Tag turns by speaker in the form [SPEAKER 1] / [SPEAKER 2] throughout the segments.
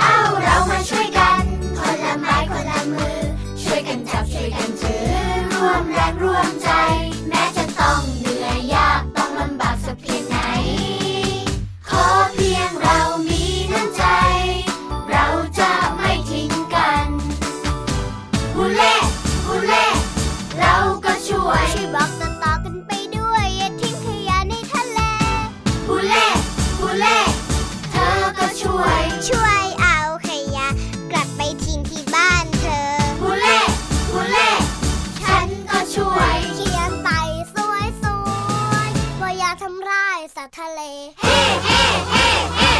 [SPEAKER 1] เอาเรามาช่วยกัน คนละไม้คนละมือ ช่วยกันจับช่วยกันถือ ร่วมแรงร่วมใจ แม้จะต้องเหนื่อยยากต้องลำบากสักเพียงไหน ขอเพียงเรามีน้ำใจ เราจะไม่ทิ้งกันฮูเล่ฮูเล่เราก็ช่วย
[SPEAKER 2] ช่วยบอกต่อๆกันไปด้วยอย่าทิ้งขยะในทะเล
[SPEAKER 1] ฮูเล่ฮูเล่เธอก็ช่วย
[SPEAKER 2] ช่วยเอาขยะ กลับไปทิ้งที่บ้านเธอ
[SPEAKER 1] ฮูเล่ฮูเล่ฉันก็ช่วย
[SPEAKER 2] เขียนไปสวยสวยๆว่าอย่าทำร้ายสัตว์ทะเล
[SPEAKER 1] เฮ้เฮ้เฮ้เฮ้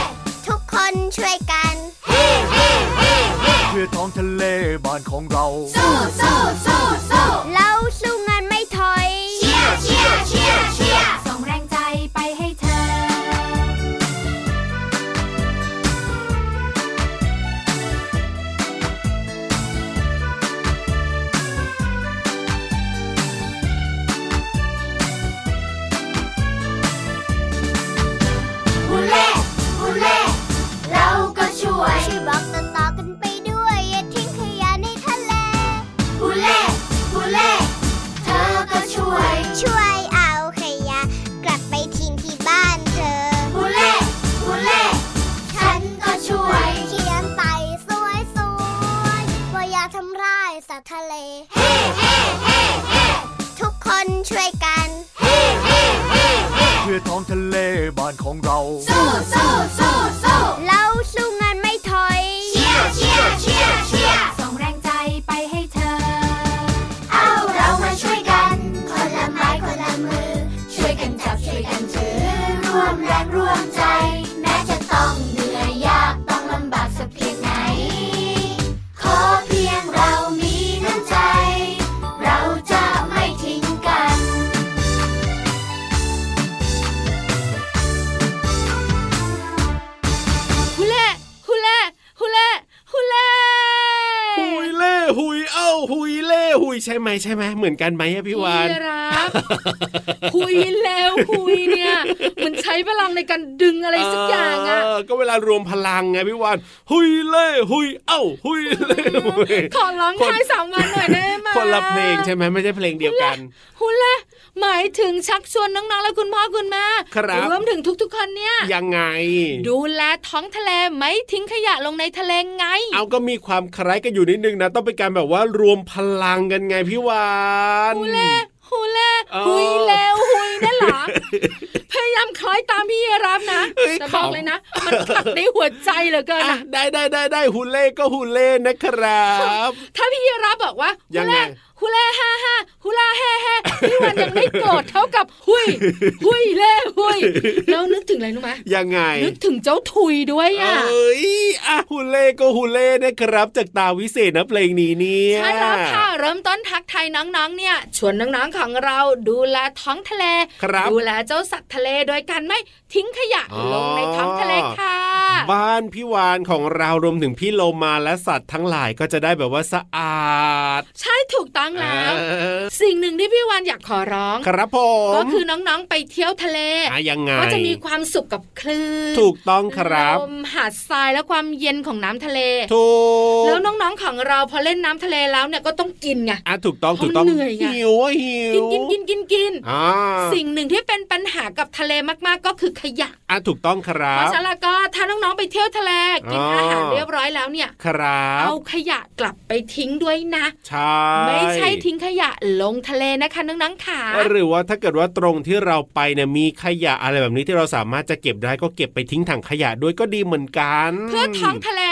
[SPEAKER 2] ทุกคนช่วยกัน
[SPEAKER 1] เฮ้เฮ้เฮ้เฮ้
[SPEAKER 3] เพื่อท้องทะเลบ้านของเรา
[SPEAKER 1] สู้สู้สู้สู้
[SPEAKER 2] เราสู้งานไม่ถอย
[SPEAKER 1] เชียร์เชียร์เชียร์เชียร์ส่งแรงใจไปให้เธอ ฮูเล่ฮูเล่เราก็ช่วย
[SPEAKER 2] ช่วยบอกต่อๆกันไปด้วยอย่าทิ้งขยะในทะเล
[SPEAKER 1] ฮูเล่ฮูเล่เธอก็ช่วย
[SPEAKER 2] ช่วยเอาขยะ กลับไปทิ้งที่บ้านเธอ
[SPEAKER 1] ฮูเล่ฮูเล่ฉันก็ช่วย
[SPEAKER 2] เขียนไปสวยสวยๆว่าอย่าทำร้ายสัตว์ทะเล
[SPEAKER 1] เฮ้เฮ้เฮ้เฮ้
[SPEAKER 2] ทุกคนช่วยกัน
[SPEAKER 1] เฮ้เฮ้เฮ้เฮ้
[SPEAKER 3] เพื่อท้องทะเลบ้านของเรา
[SPEAKER 1] สู้สู้สู้สู้
[SPEAKER 2] เราสู้งานไม่ถอย
[SPEAKER 1] เชียร์เชียร์เชียร์เชียร์ส่งแรงใจไปให้เธอ เอาเรามาช่วยกัน คนละไม้คนละมือ ช่วยกันจับช่วยกันถือ ร่วมแรงร่วมใจ แม้จะต้องเหนื่อยยากต้องลำบากสักเพียงไหน ขอเพียงเรามีน้ำใจ เราจะไม่ทิ้งกัน
[SPEAKER 4] ฮูเล่ฮูเล่ฮูเล่ฮูเล่
[SPEAKER 5] หุยเล่หุยเอ้าหุยเล่หุยใช่ไหมใช่ไหมเหมือนกันไหมอะพี่วาน
[SPEAKER 4] พี่รับคุยแล้วคุยเนี่ยเหมันใช้พลังในการดึงอะไรสักอย่างอ่ะ
[SPEAKER 5] เก็เวลารวมพลังไงพี่วานหุยเล่หุยเอ้าหุยเล่หุย
[SPEAKER 4] ขอร้องไห้สามวันหน่อยได้ไหม
[SPEAKER 5] คนละเพลงใช่ไหมไม่ใช่เพลงเดียวกัน
[SPEAKER 4] ฮูเล่หมายถึงชักชวนน้องๆและคุณพ่อคุณแม่
[SPEAKER 5] ครับ
[SPEAKER 4] รวมถึงทุกๆคนเนี่ย
[SPEAKER 5] ยังไง
[SPEAKER 4] ดูแลท้องทะเลไม่ทิ้งขยะลงในทะเลไง
[SPEAKER 5] เอาก็มีความคล้ายกันอยู่นิดนึงนะ ต้องเป็นการแบบว่ารวมพลังกันไงพี่วาน
[SPEAKER 4] ฮูเล่ฮูเล่
[SPEAKER 5] เออ
[SPEAKER 4] หุยแล้วหุยนั่นเหรอ พยายามคล้อยตามพี่รับนะ
[SPEAKER 5] เอ้ย
[SPEAKER 4] แต่บอก
[SPEAKER 5] ขำ
[SPEAKER 4] เลยนะ มันขัดในหัวใจเหลือเกิน
[SPEAKER 5] อ่ะ
[SPEAKER 4] นะ
[SPEAKER 5] ได้ได้ได้ได้ฮูเล่ก็ฮูเล่นะครับ
[SPEAKER 4] ถ้าพี่รับบอกว่า
[SPEAKER 5] ยั
[SPEAKER 4] ฮู
[SPEAKER 5] งไง
[SPEAKER 4] เล่ฮูเล่ฮ่าฮ่าฮูลาแฮ่แฮ่พี่วันยังไม่โกรธเท่ากับหุยหุยเล่หุยแล้วนึกถึงอะไรรู้ไหม
[SPEAKER 5] ยังไง
[SPEAKER 4] นึกถึงเจ้าถุยด้วยอ่ะ
[SPEAKER 5] เอ้ยอะฮูเล่ก็ฮูเล่นะครับ จากตาวิเศษนะเพลงนี้เนี่ย
[SPEAKER 4] ใช่แล้วค่ะ เริ่มต้นทักไทายน้องๆ เนี่ยชวนน้องๆ ของเราดูแลท้องทะเล
[SPEAKER 5] ครับ
[SPEAKER 4] ดูแลเจ้าสัตว์ทะเลโดยการไม่ทิ้งขยะ
[SPEAKER 5] อ๋อ
[SPEAKER 4] ลงในท้องทะเลค่ะ
[SPEAKER 5] บ้านพี่วานของเรารวมถึงพี่โลมาและสัตว์ทั้งหลายก็จะได้แบบว่าสะอาด
[SPEAKER 4] ใช่ถูกต้องแล้ว
[SPEAKER 5] เออ
[SPEAKER 4] สิ่งหนึ่งที่พี่วานอยากขอร้อง
[SPEAKER 5] ครับผม
[SPEAKER 4] ก็คือน้องๆ ไปเที่ยวทะเล
[SPEAKER 5] อ่ะยังไง
[SPEAKER 4] ก็จะมีความสุขกับคลื่น
[SPEAKER 5] ถูกต้องครับ
[SPEAKER 4] ลมหาดทรายและความเย็นของน้ำทะเล
[SPEAKER 5] ถูก
[SPEAKER 4] แล้วน้องๆ ของเราพอเล่นน้ำทะเลแล้วเนี่ยก็ต้องกินไง
[SPEAKER 5] อ่ะถูกต้องถูกต้อง
[SPEAKER 4] เขาเหนื่อยไง
[SPEAKER 5] หิวอะหิว
[SPEAKER 4] กินกินกินกินกิน
[SPEAKER 5] อ่า
[SPEAKER 4] สิ่งหนึ่งที่เป็นปัญหากับทะเลมากๆ ก็คือขยะ
[SPEAKER 5] อ่ะถูกต้องครั
[SPEAKER 4] เพราะ
[SPEAKER 5] บ
[SPEAKER 4] ฉะนั้นแล้วก็ถ้าน้องๆ ไปเที่ยวทะเลกิน
[SPEAKER 5] อ๋ออ
[SPEAKER 4] อาหารเรียบร้อยแล้วเนี่ย
[SPEAKER 5] ครับ
[SPEAKER 4] เอาขยะกลับไปทิ้งด้วยนะ
[SPEAKER 5] ใช่
[SPEAKER 4] ไม่ใช่ทิ้งขยะลงทะเลนะคะน้องๆขา
[SPEAKER 5] หรือว่าถ้าเกิดว่าตรงที่เราไปเนี่ยมีขยะอะไรแบบนี้ที่เราสามารถจะเก็บได้ก็เก็บไปทิ้งถังขยะด้วยก็ดีเหมือนกัน
[SPEAKER 4] เพื่อท้องทะเล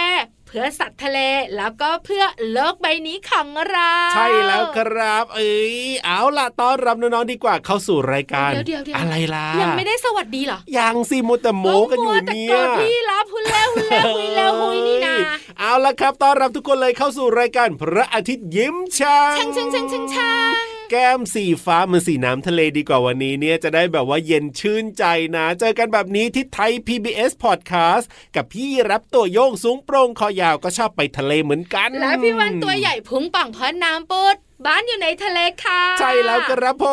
[SPEAKER 4] เพื่อสัตว์ทะเลแล้วก็เพื่อโลกใบนี้ของเรา
[SPEAKER 5] ใช่แล้วครับ เอ้ยเอาล่ะต้อนรับน้องๆดีกว่าเข้าสู่รายการ
[SPEAKER 4] เดี๋ยวเดี๋ยวเดี๋ยว
[SPEAKER 5] อะไรล่ะ
[SPEAKER 4] ยังไม่ได้สวัสดีเหรอ
[SPEAKER 5] ยังสิมัวแต่โมกันอยู่
[SPEAKER 4] ก็มัวแต่
[SPEAKER 5] เนี่
[SPEAKER 4] ก
[SPEAKER 5] ย
[SPEAKER 4] อดพี่รับหุ่นเล่หุ่นเล่หุ่นเล่หุ่นนี่นะ
[SPEAKER 5] เอ้ยเอาล่ะครับต้อนรับทุกคนเลยเข้าสู่รายการพระอาทิตย์ยิ้มช่าง
[SPEAKER 4] ช่างช่างช่างช่างช่าง
[SPEAKER 5] แก้มสีฟ้าเหมันสีน้ำทะเลดีกว่าวันนี้เนี่ยจะได้แบบว่าเย็นชื่นใจนะ เจอกันแบบนี้ที่ไทย PBS Podcast กับพี่รับตัวโยงสูงโปร่งคอยาวก็ชอบไปทะเลเหมือนกัน
[SPEAKER 4] แล้วพี่วันตัวใหญ่พุงป่องพอน้ำปุดบ้านอยู่ในทะเลค่ะ
[SPEAKER 5] ใช่แล้วครับผ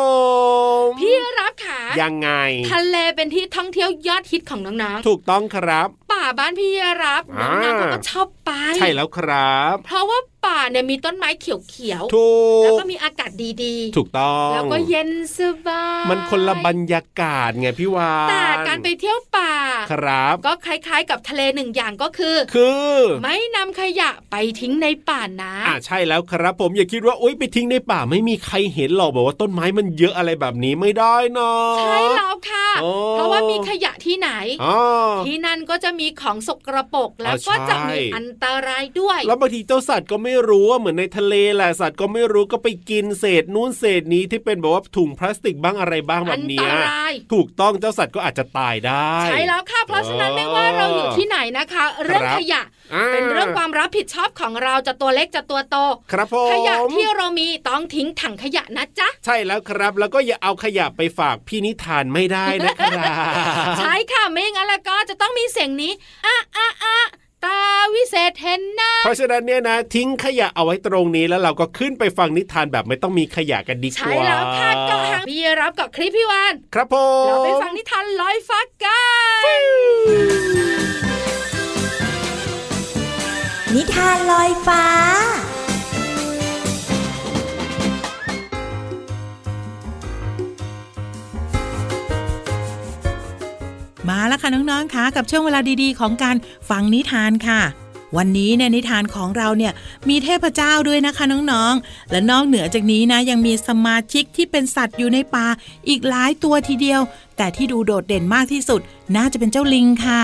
[SPEAKER 5] ม
[SPEAKER 4] พี่รับขา
[SPEAKER 5] ยังไง
[SPEAKER 4] ทะเลเป็นที่ท่องเที่ยวยอดฮิตของน้อง
[SPEAKER 5] ถูกต้องครับ
[SPEAKER 4] ๆป่าบ้านพี่รับ
[SPEAKER 5] อ่า
[SPEAKER 4] น้องๆเขาก็ชอบไป
[SPEAKER 5] ใช่แล้วครับ
[SPEAKER 4] เพราะว่าป่าเนี่ยมีต้นไม้เขียว
[SPEAKER 5] ถู
[SPEAKER 4] ๆแล้ว
[SPEAKER 5] ก
[SPEAKER 4] ก็มีอากาศดีๆ
[SPEAKER 5] ถูกต้อง
[SPEAKER 4] แล้วก็เย็นสบาย
[SPEAKER 5] มันคนละบรรยากาศไงพี่วาน
[SPEAKER 4] แต่การไปเที่ยวป่า
[SPEAKER 5] ครับ
[SPEAKER 4] ก็คล้ายๆกับทะเลหนึ่งอย่างก็คือ
[SPEAKER 5] คือ
[SPEAKER 4] ไม่นำขยะไปทิ้งในป่านะ
[SPEAKER 5] อ่าใช่แล้วครับผมอย่าคิดว่าอุ้ยไปทิ้งในป่าไม่มีใครเห็นหรอกแบบว่าต้นไม้มันเยอะอะไรแบบนี้ไม่ได้เนาะ
[SPEAKER 4] ใช่แล้วค่ะ
[SPEAKER 5] โอ้
[SPEAKER 4] เพราะว่ามีขยะที่ไหน
[SPEAKER 5] อ๋อ
[SPEAKER 4] ที่นั่นก็จะมีของสกรปรกแล้ว
[SPEAKER 5] อ่าใช่
[SPEAKER 4] ก็จะมีอันตรายด้วย
[SPEAKER 5] แล้วบางทีเจ้าสัตว์ก็ไม่รู้ว่าเหมือนในทะเลแหละสัตว์ก็ไม่รู้ก็ไปกินเศษนู้นเศษนี้ที่เป็นแบบว่าถุงพลาสติกบ้างอะไรบ้างแบ
[SPEAKER 4] อัน
[SPEAKER 5] บ
[SPEAKER 4] ต
[SPEAKER 5] เนี้ย
[SPEAKER 4] ราย
[SPEAKER 5] ถูกต้องเจ้าสัตว์ก็อาจจะตายได้
[SPEAKER 4] ใช่แล้วค่ะ เพราะฉะนั้นไม่ว่าเราอยู่ที่ไหนนะคะ เรื่อง
[SPEAKER 5] ครับ
[SPEAKER 4] ขยะ
[SPEAKER 5] อ่า
[SPEAKER 4] เป็นเรื่องความรับผิดชอบของเราจะตัวเล็กจะตัวโต
[SPEAKER 5] ครับผม
[SPEAKER 4] ขยะที่เรามีต้องทิ้งถังขยะนะจ๊ะ
[SPEAKER 5] ใช่แล้วครับแล้วก็อย่าเอาขยะไปฝากพี่นิทานไม่ได้นะครับ
[SPEAKER 4] ใช่ค่ะไม่งั้นแล้วก็จะต้องมีเสียงนี้อ่ะอ่ะอ่ะตาวิเศษเห็นหน้า
[SPEAKER 5] เพราะฉะนั้นเนี่ยนะ ทิ้งขยะเอาไว้ตรงนี้แล้วเราก็ขึ้นไปฟังนิทานแบบไม่ต้องมีขยะกันดีกว่า
[SPEAKER 4] ใช่แล้วค่ะเก็หางพี่รับกับคลิปพี่วาน
[SPEAKER 5] ครับผ
[SPEAKER 4] เรา
[SPEAKER 5] ม
[SPEAKER 4] ไปฟังนิทานลอยฟ้ากัน
[SPEAKER 6] นิทานลอยฟ้า
[SPEAKER 7] มาแล้วค่ะน้องๆค่ะกับช่วงเวลาดีๆ ของการฟังนิทานค่ะ วันนี้เนี่ยนิทานของเราเนี่ยมีเทพเจ้าด้วยนะคะน้องๆ และนอกเหนือจากนี้นะยังมีสมาชิกที่เป็นสัตว์อยู่ในป่าอีกหลายตัวทีเดียว แต่ที่ดูโดดเด่นมากที่สุด น่าจะเป็นเจ้าลิงค่ะ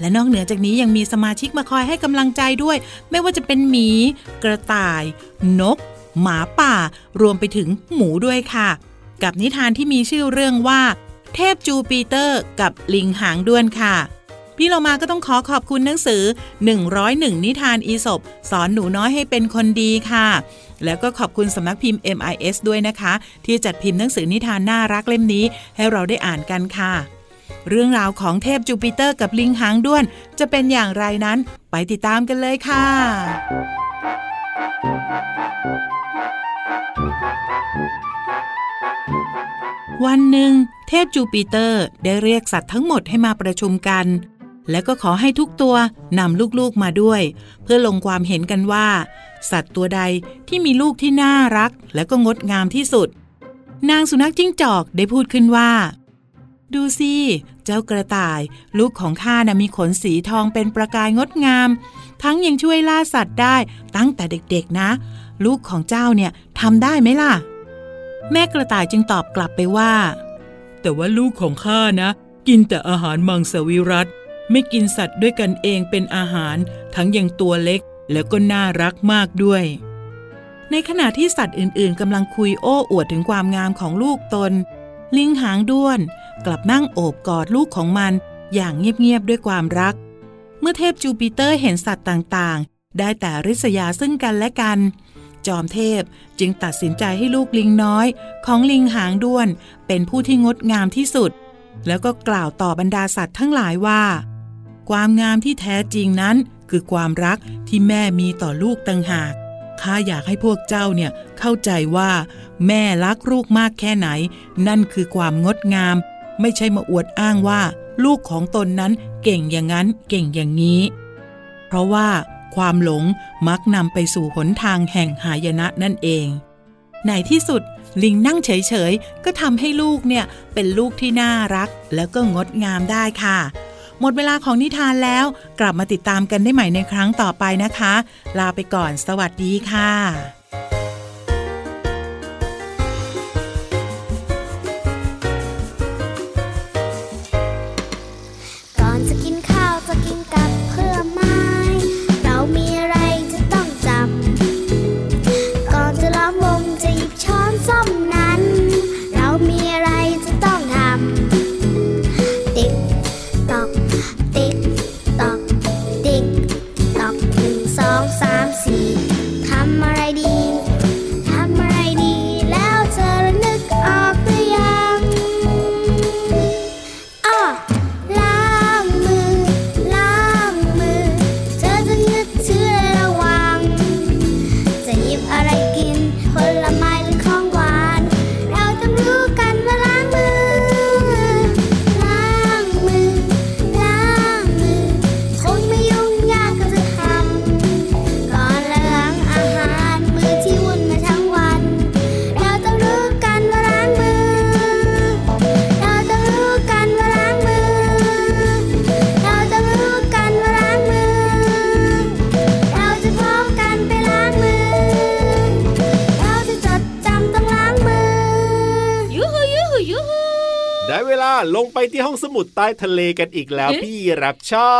[SPEAKER 7] และนอกเหนือจากนี้ยังมีสมาชิกมาคอยให้กำลังใจด้วย ไม่ว่าจะเป็นหมี กระต่าย นก หมาป่า รวมไปถึงหมูด้วยค่ะ กับนิทานที่มีชื่อเรื่องว่า เทพจูปิเตอร์กับลิงหางด้วนค่ะ พี่เรามาก็ต้องขอขอบคุณหนังสือ 101 นิทานอีสบสอนหนูน้อยให้เป็นคนดีค่ะ แล้วก็ขอบคุณสำนักพิมพ์ MIS ด้วยนะคะ ที่จัดพิมพ์หนังสือนิทานน่ารักเล่มนี้ให้เราได้อ่านกันค่ะ เรื่องราวของเทพจูปิเตอร์กับลิงหางด้วน จะเป็นอย่างไรนั้นไปติดตามกันเลยค่ะ วันหนึ่ง เทพจูปิเตอร์ได้เรียกสัตว์ทั้งหมดให้มาประชุมกัน แล้วก็ขอให้ทุกตัวนำลูกๆมาด้วย เพื่อลงความเห็นกันว่า สัตว์ตัวใดที่มีลูกที่น่ารัก และก็งดงามที่สุด นางสุนัขจิ้งจอกได้พูดขึ้นว่า ดูสิ เจ้ากระต่าย ลูกของข้านะมีขนสีทองเป็นประกายงดงาม ทั้งยังช่วยล่าสัตว์ได้ตั้งแต่เด็กๆนะ ลูกของเจ้าเนี่ยทำได้ไหมล่ะ แม่กระต่ายจึงตอบกลับไปว่า แต่ว่าลูกของข้านะ กินแต่อาหารมังสวิรัตไม่กินสัตว์ด้วยกันเองเป็นอาหาร ทั้งยังตัวเล็กแล้วก็น่ารักมากด้วย ในขณะที่สัตว์อื่นๆกำลังคุยโอ้อวดถึงความงามของลูกตน ลิงหางด้วน กลับนั่งโอบกอดลูกของมันอย่างเงียบ ๆ ด้วยความรัก เมื่อเทพจูปิเตอร์เห็นสัตว์ต่างๆ ได้แต่ริษยาซึ่งกันและกัน จอมเทพจึงตัดสินใจให้ลูกลิงน้อย ของลิงหางด้วน เป็นผู้ที่งดงามที่สุด แล้วก็กล่าวต่อบรรดาสัตว์ทั้งหลายว่า ความงามที่แท้จริงนั้น คือความรักที่แม่มีต่อลูกต่างหาก ข้าอยากให้พวกเจ้าเนี่ยเข้าใจว่า แม่รักลูกมากแค่ไหน นั่นคือความงดงาม ไม่ใช่มาอวดอ้างว่า ลูกของตนนั้นเก่งอย่างนั้นเก่งอย่างนี้ เพราะว่าความหลงมักนำไปสู่หนทางแห่งหายนะนั่นเอง ในที่สุดลิงนั่งเฉยๆ ก็ทำให้ลูกเนี่ย เป็นลูกที่น่ารัก แล้วก็งดงามได้ค่ะ หมดเวลาของนิทานแล้ว กลับมาติดตามกันได้ใหม่ในครั้งต่อไปนะคะ ลาไปก่อนสวัสดีค่ะ
[SPEAKER 2] ก่อนจะกินข้าวจะกินกับเพื่อไม้ เรามีอะไรจะต้องจำ ก่อนจะล้อมวงจะหยิบช้อนส้อมนั้น เรามีอะไรจะต้องทำ ติ๊กตอก ติ๊กตอก ติ๊กตอกหนึ่งสองสามสี่ทำอะไรดี
[SPEAKER 5] ลงไปที่ห้องสมุดใต้ทะเลกันอีกแล้ว
[SPEAKER 4] เอ๊ะ
[SPEAKER 5] พี่รับชอ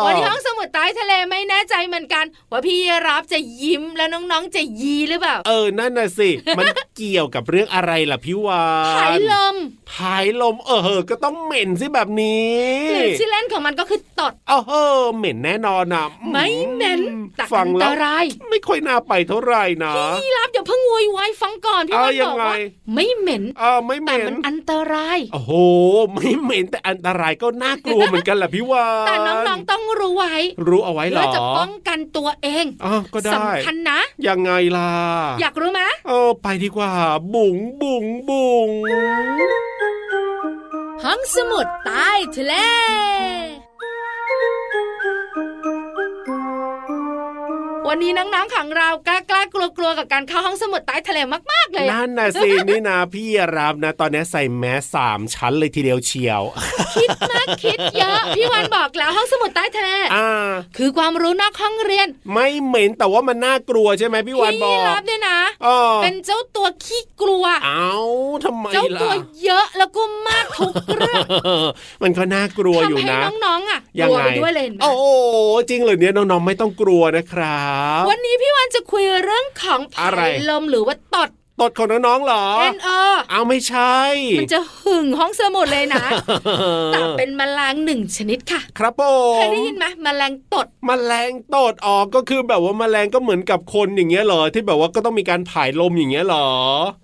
[SPEAKER 5] บ
[SPEAKER 4] วันนี้ห้องสมุดใต้ทะเลไม่แน่ใจเหมือนกัน ว่าพี่รับจะยิ้มแล้วน้องๆจะยีหรือเปล่า
[SPEAKER 5] เออนั่นน่ะสิ มันเกี่ยวกับเรื่องอะไรล่ะพี่วาน
[SPEAKER 4] ผายลม
[SPEAKER 5] ผายลมเออเหอะก็ต้องเหม็นสิแบบนี้
[SPEAKER 4] หรือชื่อเล่นของมันก็คือตด
[SPEAKER 5] เออเหอะเหม็นแน่นอนนะอื
[SPEAKER 4] ไม่เหม็นแต่
[SPEAKER 5] ฟัง
[SPEAKER 4] อัน
[SPEAKER 5] แล้
[SPEAKER 4] ต
[SPEAKER 5] ว
[SPEAKER 4] ราย
[SPEAKER 5] ไม่ค่อยน่าไปเท่าไหร่นะ
[SPEAKER 4] พี่รับอย่าเพิ่งโวยวายฟังก่อนพี่รับ
[SPEAKER 5] เอายั
[SPEAKER 4] บ
[SPEAKER 5] ง
[SPEAKER 4] อก
[SPEAKER 5] ไง
[SPEAKER 4] ว่าไม่เหม็น
[SPEAKER 5] เออไม่เห
[SPEAKER 4] แต่
[SPEAKER 5] ม็น
[SPEAKER 4] มันอันตราย
[SPEAKER 5] โอ้โห ไม่เหม็นแต่อันตรายก็น่ากลัวเหมือนกันแหละพี่วาน
[SPEAKER 4] แต่น้องๆต้องรู้ไว้
[SPEAKER 5] รู้เอาไว้เหร
[SPEAKER 4] เพื่อ
[SPEAKER 5] อ
[SPEAKER 4] จะป้องกันตัวเอง
[SPEAKER 5] อ๋อก็ได้
[SPEAKER 4] สำคัญนะ
[SPEAKER 5] ยังไงล่ะ
[SPEAKER 4] อยากรู้ไหม
[SPEAKER 5] เออไปดีกว่า บุ๋งบุ๋งบุ๋ง
[SPEAKER 4] ห้องสมุดใต้ทะเล วันนี้น้องๆของเรากล้ากล้ากลัวกลัวๆกับการเข้าห้องสมุดใต้ทะเลมากๆเลยอะ
[SPEAKER 5] นั่นน่ะสิ นี่นะพี่รับนะ ตอนนี้ใส่แมสสามชั้นเลยทีเดียวเชียว
[SPEAKER 4] คิดมากคิดเยอะพี่วันบอกแล้วห้องสมุดใต้ทะเล
[SPEAKER 5] อ่า
[SPEAKER 4] คือความรู้นอกห้องเรียน
[SPEAKER 5] ไม่เหม็นแต่ว่ามันน่ากลัวใช่ไหมพี่วานบอ
[SPEAKER 4] พี่
[SPEAKER 5] ก
[SPEAKER 4] รับเนี่ยนะ
[SPEAKER 5] เออ
[SPEAKER 4] เป็นเจ้าตัวขี้กลัว
[SPEAKER 5] เอ้าทำไม
[SPEAKER 4] เจ้า
[SPEAKER 5] ล่ะ
[SPEAKER 4] ตัวเยอะแล้วก็มากทุกเรื่อง
[SPEAKER 5] มันก็น่ากลัวอยู่
[SPEAKER 4] ทำให้
[SPEAKER 5] นะ
[SPEAKER 4] น้องๆอ่ะก
[SPEAKER 5] ยัง
[SPEAKER 4] ลัว
[SPEAKER 5] ไง
[SPEAKER 4] ไปด้วยเลยเห็นไหม
[SPEAKER 5] โอ้โหจริงเหรอเนี่ยน้องๆไม่ต้องกลัวนะครับ
[SPEAKER 4] วันนี้พี่วันจะคุยเรื่องของผา
[SPEAKER 5] อะไร
[SPEAKER 4] ยลมหรือว่าตด
[SPEAKER 5] ตดของน้องๆเหรอ
[SPEAKER 4] เอ็นเอ
[SPEAKER 5] เอาไม่ใช่
[SPEAKER 4] มัน จะหึ่งห้องสมุดเลยนะ
[SPEAKER 5] เออ
[SPEAKER 4] แต่เป็นแมลงหนึ่งชนิดค่ะ
[SPEAKER 5] ครับผ
[SPEAKER 4] เคย
[SPEAKER 5] ม
[SPEAKER 4] ได้ยินไหมแมลงตด
[SPEAKER 5] มแมลงตดออกก็คือแบบว่าแมลงก็เหมือนกับคนอย่างเงี้ยเหรอ ที่แบบว่าก็ต้องมีการผายลมอย่างเงี้ยเหรอ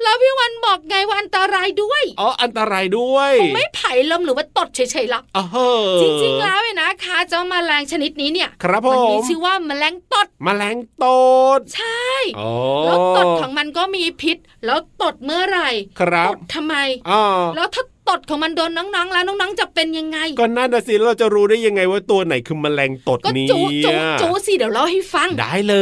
[SPEAKER 4] แล้วพี่วันบอกไงว่าอันตรายด้วย
[SPEAKER 5] อ๋ออันตรายด้วย
[SPEAKER 4] คงไม่ผายลมหรือว่าตดเฉยๆหรอก
[SPEAKER 5] อ๋อเหอ
[SPEAKER 4] จริงๆแล้วเนี่ยนะคะเจ้าแมลงชนิดนี้เนี่ย
[SPEAKER 5] ครับผ
[SPEAKER 4] มันมี
[SPEAKER 5] ม
[SPEAKER 4] ชื่อว่าแมลงตด
[SPEAKER 5] แมลงตด
[SPEAKER 4] ใช่
[SPEAKER 5] อ๋อ
[SPEAKER 4] แล้วตดของมันก็มีพิษ แล้วตดเมื่อไหร่
[SPEAKER 5] ครั
[SPEAKER 4] ต
[SPEAKER 5] บ
[SPEAKER 4] ดทำไม
[SPEAKER 5] อ๋อ
[SPEAKER 4] แล้วถ้าตดของมันโดนน้องๆ แล้วน้องๆ จะเป็นยังไง
[SPEAKER 5] ก็น่าจะสิเราจะรู้ได้ยังไงว่าตัวไหนคือแมลงตด
[SPEAKER 4] ก็
[SPEAKER 5] นี้
[SPEAKER 4] จูจูจูสิเดี๋ยวเล่าให้ฟัง
[SPEAKER 5] ได้เล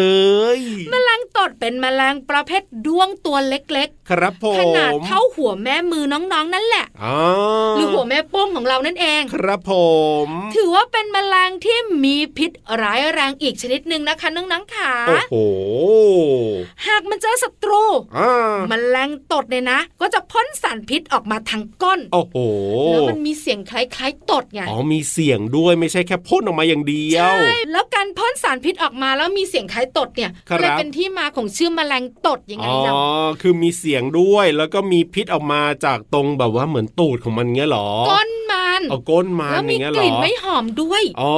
[SPEAKER 5] ย
[SPEAKER 4] แมลงตดเป็นแมลงประเภทด้วงตัวเล็ก
[SPEAKER 5] ครับผ
[SPEAKER 4] ๆ
[SPEAKER 5] ม
[SPEAKER 4] ขนาดเท่าหัวแม่มือน้องๆ นั่นแหละ
[SPEAKER 5] อ๋อ
[SPEAKER 4] หรือหัวแม่โป้งของเรานั่นเอง
[SPEAKER 5] ครับผม
[SPEAKER 4] ถือว่าเป็นแมลงที่มีพิษร้ายแรงอีกชนิดหนึ่งนะคะน้องๆขา
[SPEAKER 5] โอ้โห
[SPEAKER 4] หากมันเจอศัตรู
[SPEAKER 5] อ่า
[SPEAKER 4] แมลงตดเนี่ยนะ ก็จะพ่นสารพิษออกมาทางก้น
[SPEAKER 5] โอ้โห
[SPEAKER 4] แล้วมันมีเสียงคล้ายๆตดไง
[SPEAKER 5] อ๋อมีเสียงด้วยไม่ใช่แค่พ่นออกมาอย่างเดียว
[SPEAKER 4] ใช่ แล้วการพ่นสารพิษออกมาแล้วมีเสียงคล้ายตดเนี่ย
[SPEAKER 5] ครับ
[SPEAKER 4] เลยเป็นที่มาของชื่อแมลงตดยังไง
[SPEAKER 5] อ๋อ
[SPEAKER 4] เรา
[SPEAKER 5] คือมีเสียงด้วยแล้วก็มีพิษออกมาจากตรงแบบว่าเหมือนตูดของมันเงี้ยเหรอ
[SPEAKER 4] ก้นมัน
[SPEAKER 5] เอาก้นมา
[SPEAKER 4] แล้วมี
[SPEAKER 5] อย่างเงี้ย
[SPEAKER 4] ก
[SPEAKER 5] เหรอ
[SPEAKER 4] ลิ่นไม่หอมด้วย
[SPEAKER 5] อ๋อ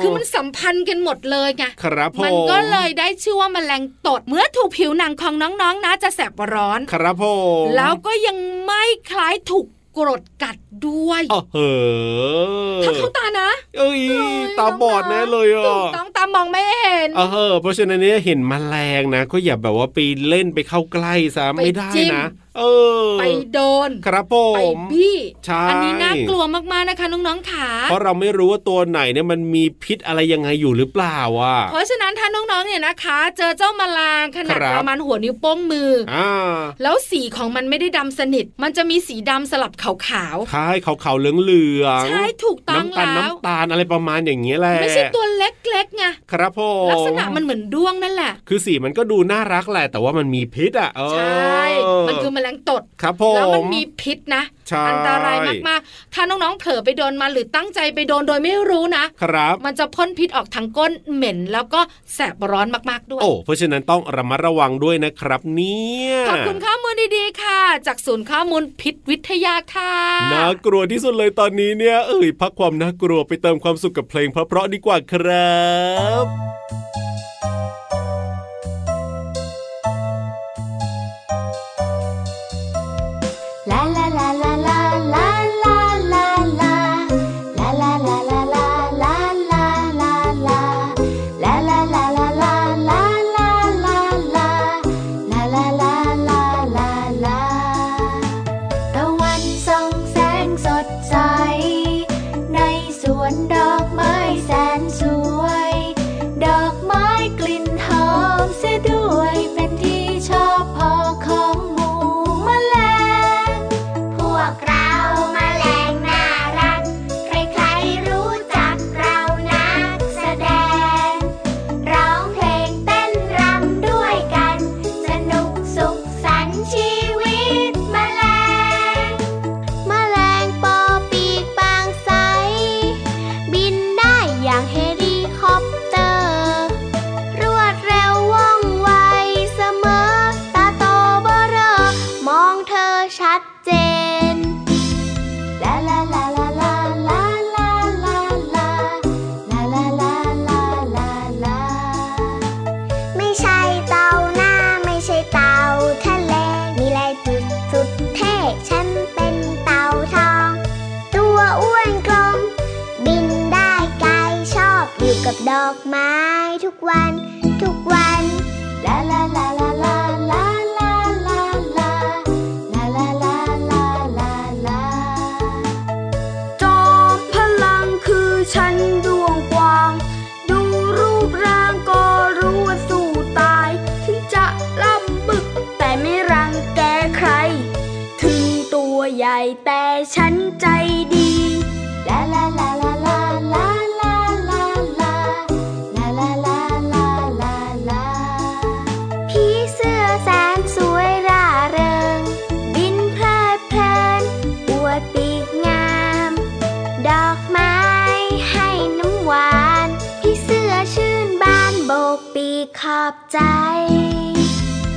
[SPEAKER 4] คือมันสัมพันธ์กันหมดเลยไง
[SPEAKER 5] ครับผม
[SPEAKER 4] มันก็เลยได้ชื่อว่าแมลงตดเมื่อถูกผิวหนังของน้องๆนะจะแสบร้อน
[SPEAKER 5] ครับผม
[SPEAKER 4] แล้วก็ยังไม่คล้ายถูกกรดกัดด้วย
[SPEAKER 5] อ๋อเห
[SPEAKER 4] ถ้า
[SPEAKER 5] อะ
[SPEAKER 4] เข้าตานะ
[SPEAKER 5] เอ้ยตาบอดแน่เลยอ่ะ
[SPEAKER 4] ถูกต้องตามองไม่เห็น
[SPEAKER 5] เออเพราะฉะนั้นเนี่ยเห็นมแมลงนะ ก็อย่าแบบว่าไปเล่นไปเข้าใกล้ซะ
[SPEAKER 4] ไป
[SPEAKER 5] ไม่ได้
[SPEAKER 4] จิ้ม
[SPEAKER 5] นะ เออ
[SPEAKER 4] ไปโดน
[SPEAKER 5] ครับผ
[SPEAKER 4] ไป
[SPEAKER 5] ม
[SPEAKER 4] บี้
[SPEAKER 5] ใช่
[SPEAKER 4] อันี้น่ากลัวมากๆนะคะน้องๆขา
[SPEAKER 5] เพราะเราไม่รู้ว่าตัวไหนเนี่ยมันมีพิษอะไรยังไงอยู่หรือเปล่าอ่ะ
[SPEAKER 4] เพราะฉะนั้นถ้าน้องๆ เนี่ยนะคะ เจอเจ้าแมลงขนาด
[SPEAKER 5] ครับ
[SPEAKER 4] ประมาณหัวนิ้วโป้งมืออ
[SPEAKER 5] อ่า
[SPEAKER 4] แล้วสีของมันไม่ได้ดำสนิท มันจะมีสีดำสลับขาว
[SPEAKER 5] คล้ายขาวๆเหลือง
[SPEAKER 4] ๆ ใช่ถูก
[SPEAKER 5] ๆ
[SPEAKER 4] ต้อง
[SPEAKER 5] น้ำ
[SPEAKER 4] แล้ว
[SPEAKER 5] ตาลน้ำตาลอะไรประมาณอย่างเงี้ยแหละ
[SPEAKER 4] ไม่ใช่ตัวเล็กๆ ไง
[SPEAKER 5] ครับผม
[SPEAKER 4] ลักษณะมันเหมือนด้วงนั่นแหละ
[SPEAKER 5] คือสีมันก็ดูน่ารักแหละ แต่ว่ามันมีพิษอ่ะเออ
[SPEAKER 4] ใช่ มันคือแมลงตด
[SPEAKER 5] ครับผม
[SPEAKER 4] แล้วมันมีพิษนะ
[SPEAKER 5] ใช่
[SPEAKER 4] อัตรายมากๆ ถ้าน้องๆ เผลอไปโดนมาหรือตั้งใจไปโดนโดยไม่รู้นะ
[SPEAKER 5] ครับ
[SPEAKER 4] มันจะพ่นพิษออกทางก้นเหม็น แล้วก็แสบร้อนมากๆ ด้วย
[SPEAKER 5] โอ้เพราะฉะนั้นต้องระมัดระวังด้วยนะครับ เนี่ย
[SPEAKER 4] ขอบคุณข้อมูลดีๆ ค่ะ จากศูนย์ข้อมูลพิษวิทยาค่ะ
[SPEAKER 5] น่ากลัวที่สุดเลยตอนนี้เนี่ย เอ่ยพักความน่ากลัวไปเติมความสุขกับเพลงเพราะๆดีกว่าครับ
[SPEAKER 1] ลาลาลาลาลาลาลาลาลาลาลาลาลาลาลาลาลาลาลาลาลาลาลาลาลาลาลาลาลาลาลาลาตะวันส่องแสงสดใส ในสวนดอกไม้แสนสวย ดอกไม้กลิ่นหอมเสียด้วยเป็นที่ชอบพอของหมูแมลง พวกเรามาแรงน่ารัก ใครๆรู้จักเรานักแสดง ร้องเพลงเต้นรำด้วยกัน สนุกสุขสันต์ชีวิตแมลง แมลงปอ
[SPEAKER 2] อย่างเฮลิคอปเตอร์ รวดเร็วว่องไวเสมอ ตาโตเบอเรอ มองเธอชัดเจน ลาลาลาลาลาลาลาลาลาลาลาลาลาลาลา ไม่ใช่เต่าหน้าไม่ใช่เต่าทะเล มีลายจุดสุดเท่ฉันเป็นเต่าทอง ตัวอ้วนกลม บินได้ไกลชอบอยู่กับดอกไม้ทุกวัน ทุกวันลาลาลาลาลาลาลาลาลาลาลาลาลาลาลาจอมพลังคือฉันดวงกวาง ดูรูปร่างก็รู้ว่าสู้ตาย ถึงจะล่ำบึก แต่ไม่รังแกใคร ถึงตัวใหญ่แต่ฉันใจดีลาลาลาลาลาลาลาลาลาลาลาลาลาลาลาผีเสื้อแสนสวยร่าเริง บินเพลิดเพลินอวดปีกงาม ดอกไม้ให้น้ำหวาน พี่เสื้อชื่นบานโบกปีกขอบใจ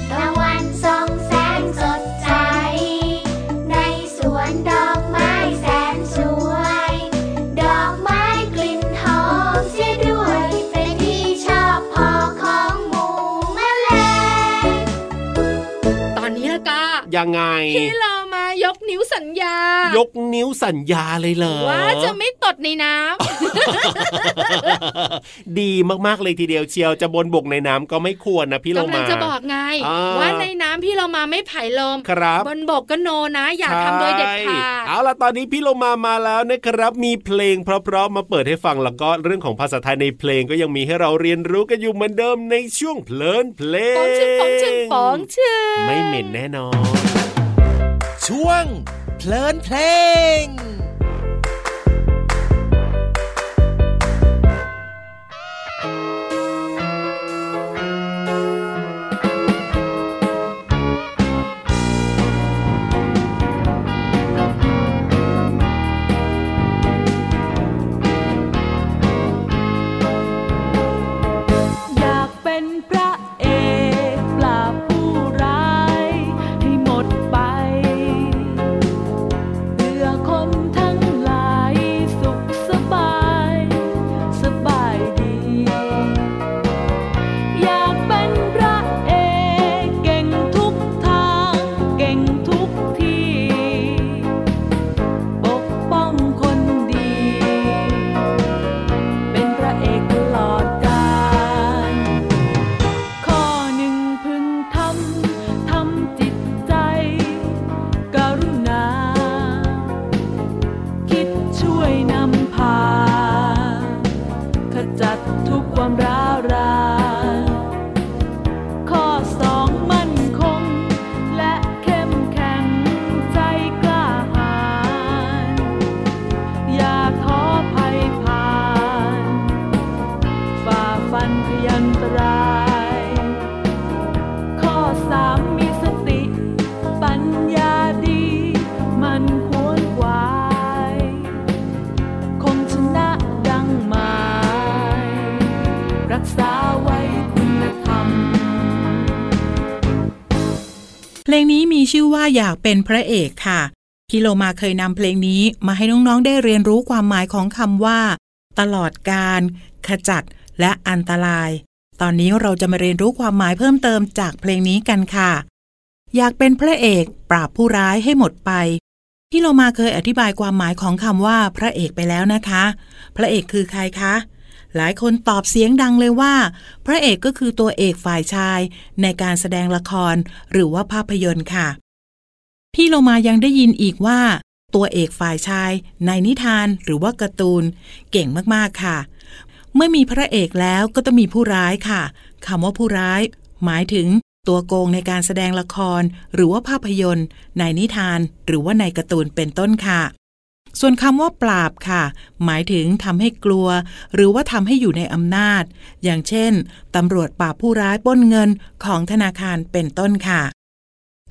[SPEAKER 2] กลางวันส่องแสงสดใส ในสวนดอกไม้แสนสวย ดอกไม้กลิ่นหอมเสียด้วย เป็นที่ชอบพอของหมูแมลง
[SPEAKER 4] ตอนนี้ละกา
[SPEAKER 5] ยังไง
[SPEAKER 4] พี่เรามายกนิ้วสัญญาย ย
[SPEAKER 5] กนิ้วสัญญาเลยเหรอ
[SPEAKER 4] ว่าจะไม่ตดในน้
[SPEAKER 5] ดีมากๆเลยทีเดียวเชียวจะบนบกในน้ำก็ไม่ควรนะพี่
[SPEAKER 4] ำ
[SPEAKER 5] โล
[SPEAKER 4] กำลั
[SPEAKER 5] มา
[SPEAKER 4] จะบอกไง
[SPEAKER 5] อ่า
[SPEAKER 4] ว่าในน้ำพี่เรามาไม่ไผ่ลม
[SPEAKER 5] ครับ
[SPEAKER 4] บนบกก็โนนะ อย่าทำโดยเด็ดขา
[SPEAKER 5] ใช่
[SPEAKER 4] ด
[SPEAKER 5] เอาล่ะตอนนี้พี่โลมามาแล้วนะครับ มีเพลงเพราะๆมาเปิดให้ฟังแล้วก็เรื่องของภาษาไทยในเพลงก็ยังมีให้เราเรียนรู้กันอยู่เหมือนเดิมในช่วงเพลินเพลง
[SPEAKER 4] ป๋องชึงป๋องชึงป๋องชึง
[SPEAKER 5] ไม่เหม็นแน่นอน
[SPEAKER 6] ช่วง เพลินเพลง
[SPEAKER 8] อยากเป็นพระเอกปราบผู้ร้ายให้หมดไปเพื่อคนทั้งหลายสุขสบาย สบายดี อยากเป็นพระเอกเก่งทุกทาง เก่งทุกที่ ปกป้องคนดี เป็นพระเอกตลอดกาล ข้อหนึ่งพึงทำ ทำจิตใจ กรุณา คิดช่วยนำพา ขจัดทุกความร้าวรานข้อสองมั่นคง และเข้มแข็งใจกล้าหาญ อย่าท้อภัยผ่าน ฝ่าฟันพยันตราย ข้อสามมีสติ ปัญญาดี มันควรควาย คงชนะดังหมาย รักษาไว้คุณธรรม
[SPEAKER 7] เพลงนี้มีชื่อว่าอยากเป็นพระเอกค่ะ พี่โลมาเคยนำเพลงนี้มาให้น้องๆได้เรียนรู้ความหมายของคำว่า ตลอดการ ขจัด และอันตราย ตอนนี้เราจะมาเรียนรู้ความหมายเพิ่มเติมจากเพลงนี้กันค่ะ อยากเป็นพระเอกปราบผู้ร้ายให้หมดไป พี่โลมาเคยอธิบายความหมายของคำว่าพระเอกไปแล้วนะคะ พระเอกคือใครคะ หลายคนตอบเสียงดังเลยว่า พระเอกก็คือตัวเอกฝ่ายชาย ในการแสดงละครหรือว่าภาพยนตร์ค่ะ พี่โลมายังได้ยินอีกว่า ตัวเอกฝ่ายชาย ในนิทานหรือว่าการ์ตูน เก่งมากๆค่ะ เมื่อมีพระเอกแล้วก็ต้องมีผู้ร้ายค่ะคำว่าผู้ร้าย หมายถึงตัวโกงในการแสดงละคร หรือว่าภาพยนตร์ ในนิทาน หรือว่าในการ์ตูนเป็นต้นค่ะ ส่วนคำว่าปราบค่ะ หมายถึงทำให้กลัว หรือว่าทำให้อยู่ในอำนาจ อย่างเช่นตำรวจปราบผู้ร้ายปล้นเงินของธนาคารเป็นต้นค่ะ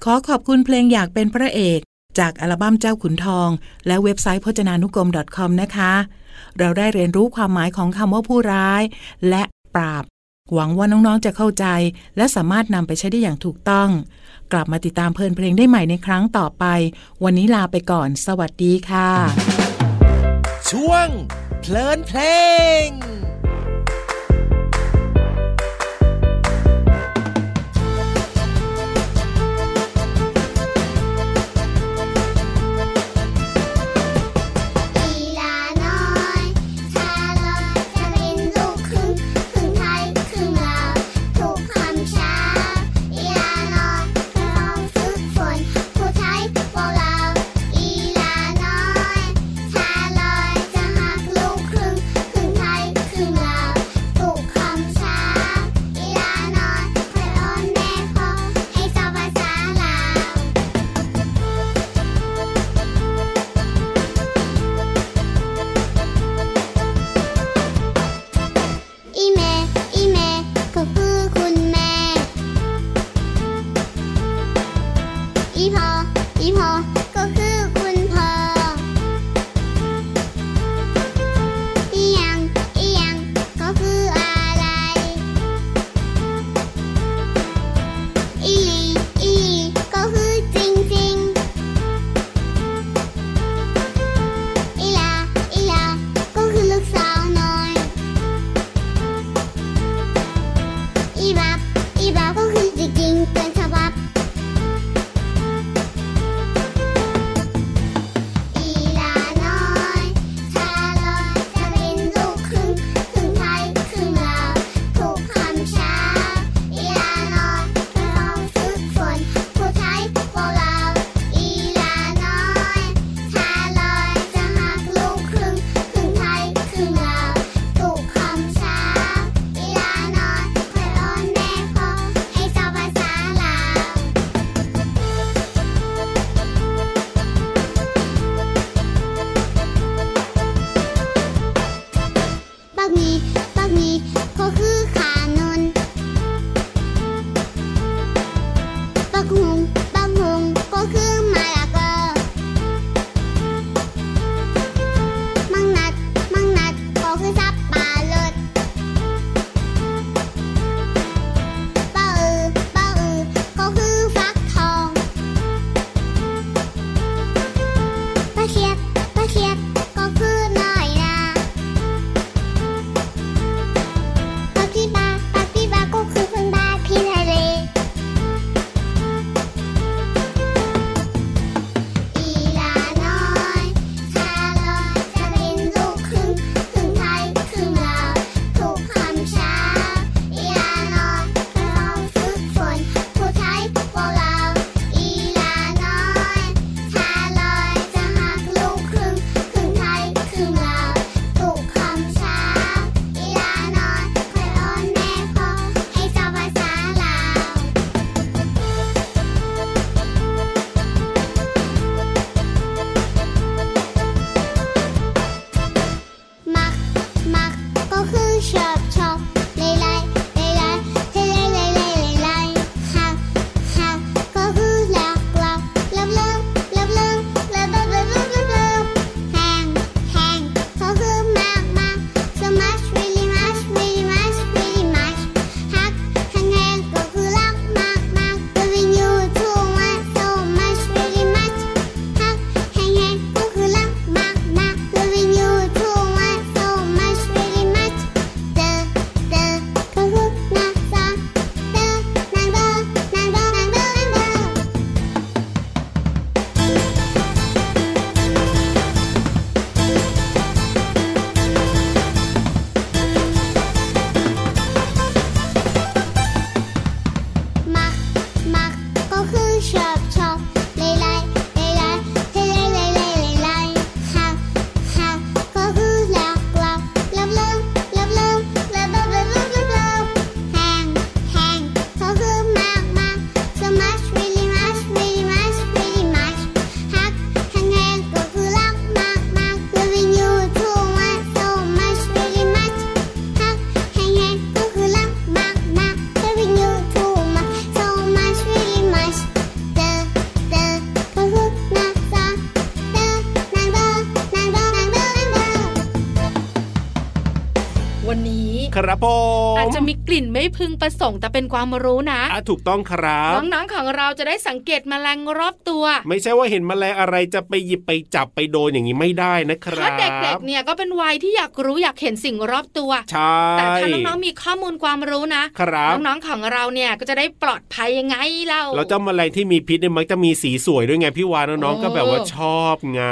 [SPEAKER 7] ขอขอบคุณเพลงอยากเป็นพระเอก จากอัลบั้มเจ้าขุนทอง และเว็บไซต์พจนานุกรม .com นะคะ เราได้เรียนรู้ความหมายของคำว่าผู้ร้าย และปราบ หวังว่าน้องๆจะเข้าใจ และสามารถนำไปใช้ได้อย่างถูกต้อง กลับมาติดตามเพลินเพลงได้ใหม่ในครั้งต่อไป วันนี้ลาไปก่อน สวัสดีค่ะ
[SPEAKER 6] ช่วง เพลินเพลง
[SPEAKER 2] อีลาน้อยชาลอยจะเป็นลูกครึ่งครึ่งไทยครึ่งลาวถูกคำช้า อีลาน้อยกระลองฝึกฝนผู้ไทยพวกเราอีลาน้อยชาลอยจะหักลูกครึ่งครึ่งไทยครึ่ง
[SPEAKER 4] วันนี้
[SPEAKER 5] ครับผม
[SPEAKER 4] อาจจะมีกลิ่นไม่พึงประสงค์แต่เป็นความรู้นะ
[SPEAKER 5] อ่ะถูกต้องครับ
[SPEAKER 4] น้องๆของเราจะได้สังเกตแมลงรอบตัว
[SPEAKER 5] ไม่ใช่ว่าเห็นแมลงอะไรจะไปหยิบไปจับไปโดนอย่างนี้ไม่ได้นะค
[SPEAKER 4] เพ
[SPEAKER 5] รั
[SPEAKER 4] ราะ
[SPEAKER 5] บ
[SPEAKER 4] เด็กๆ เนี่ยก็เป็นวัยที่อยากรู้อยากเห็นสิ่งรอบตัว
[SPEAKER 5] ใช่
[SPEAKER 4] แต่ถ้าน้องๆ มีข้อมูลความรู้นะ
[SPEAKER 5] ครับ
[SPEAKER 4] น้องๆ ของเราเนี่ยก็จะได้ปลอดภัยยังไงเรา
[SPEAKER 5] แล้วเจ้าแมลงที่มีพิษเนี่ยมักจะมีสีสวยด้วยไงพี่วานน้อง
[SPEAKER 4] โอ้
[SPEAKER 5] ๆก็แบบว่าชอบไง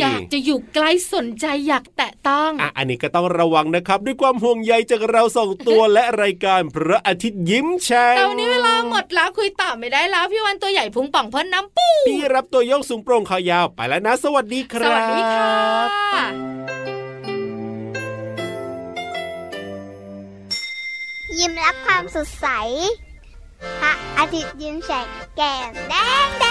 [SPEAKER 4] อยากจะอยู่ใกล้สนใจอยากแตะต้อง
[SPEAKER 5] อ่ะอันนี้ก็ต้องระวังนะครับ ด้วยความห่วงใยจากเราสองตัว และรายการพระอาทิตย์ยิ้มแฉ่ง
[SPEAKER 4] แต่วันนี้เวลาหมดแล้วคุยต่อไม่ได้แล้ว พี่วันตัวใหญ่พุงป่องพ่นน้ำปู
[SPEAKER 5] พี่รับตัวโยงสูงโปร่งคอยาวไปแล้วนะ สวัสดีค
[SPEAKER 4] ส
[SPEAKER 5] รับ
[SPEAKER 4] วัสดีค่ะ
[SPEAKER 2] ยิ้มรับความสดใส พระอาทิตย์ยิ้มแฉกแก้มแดงแด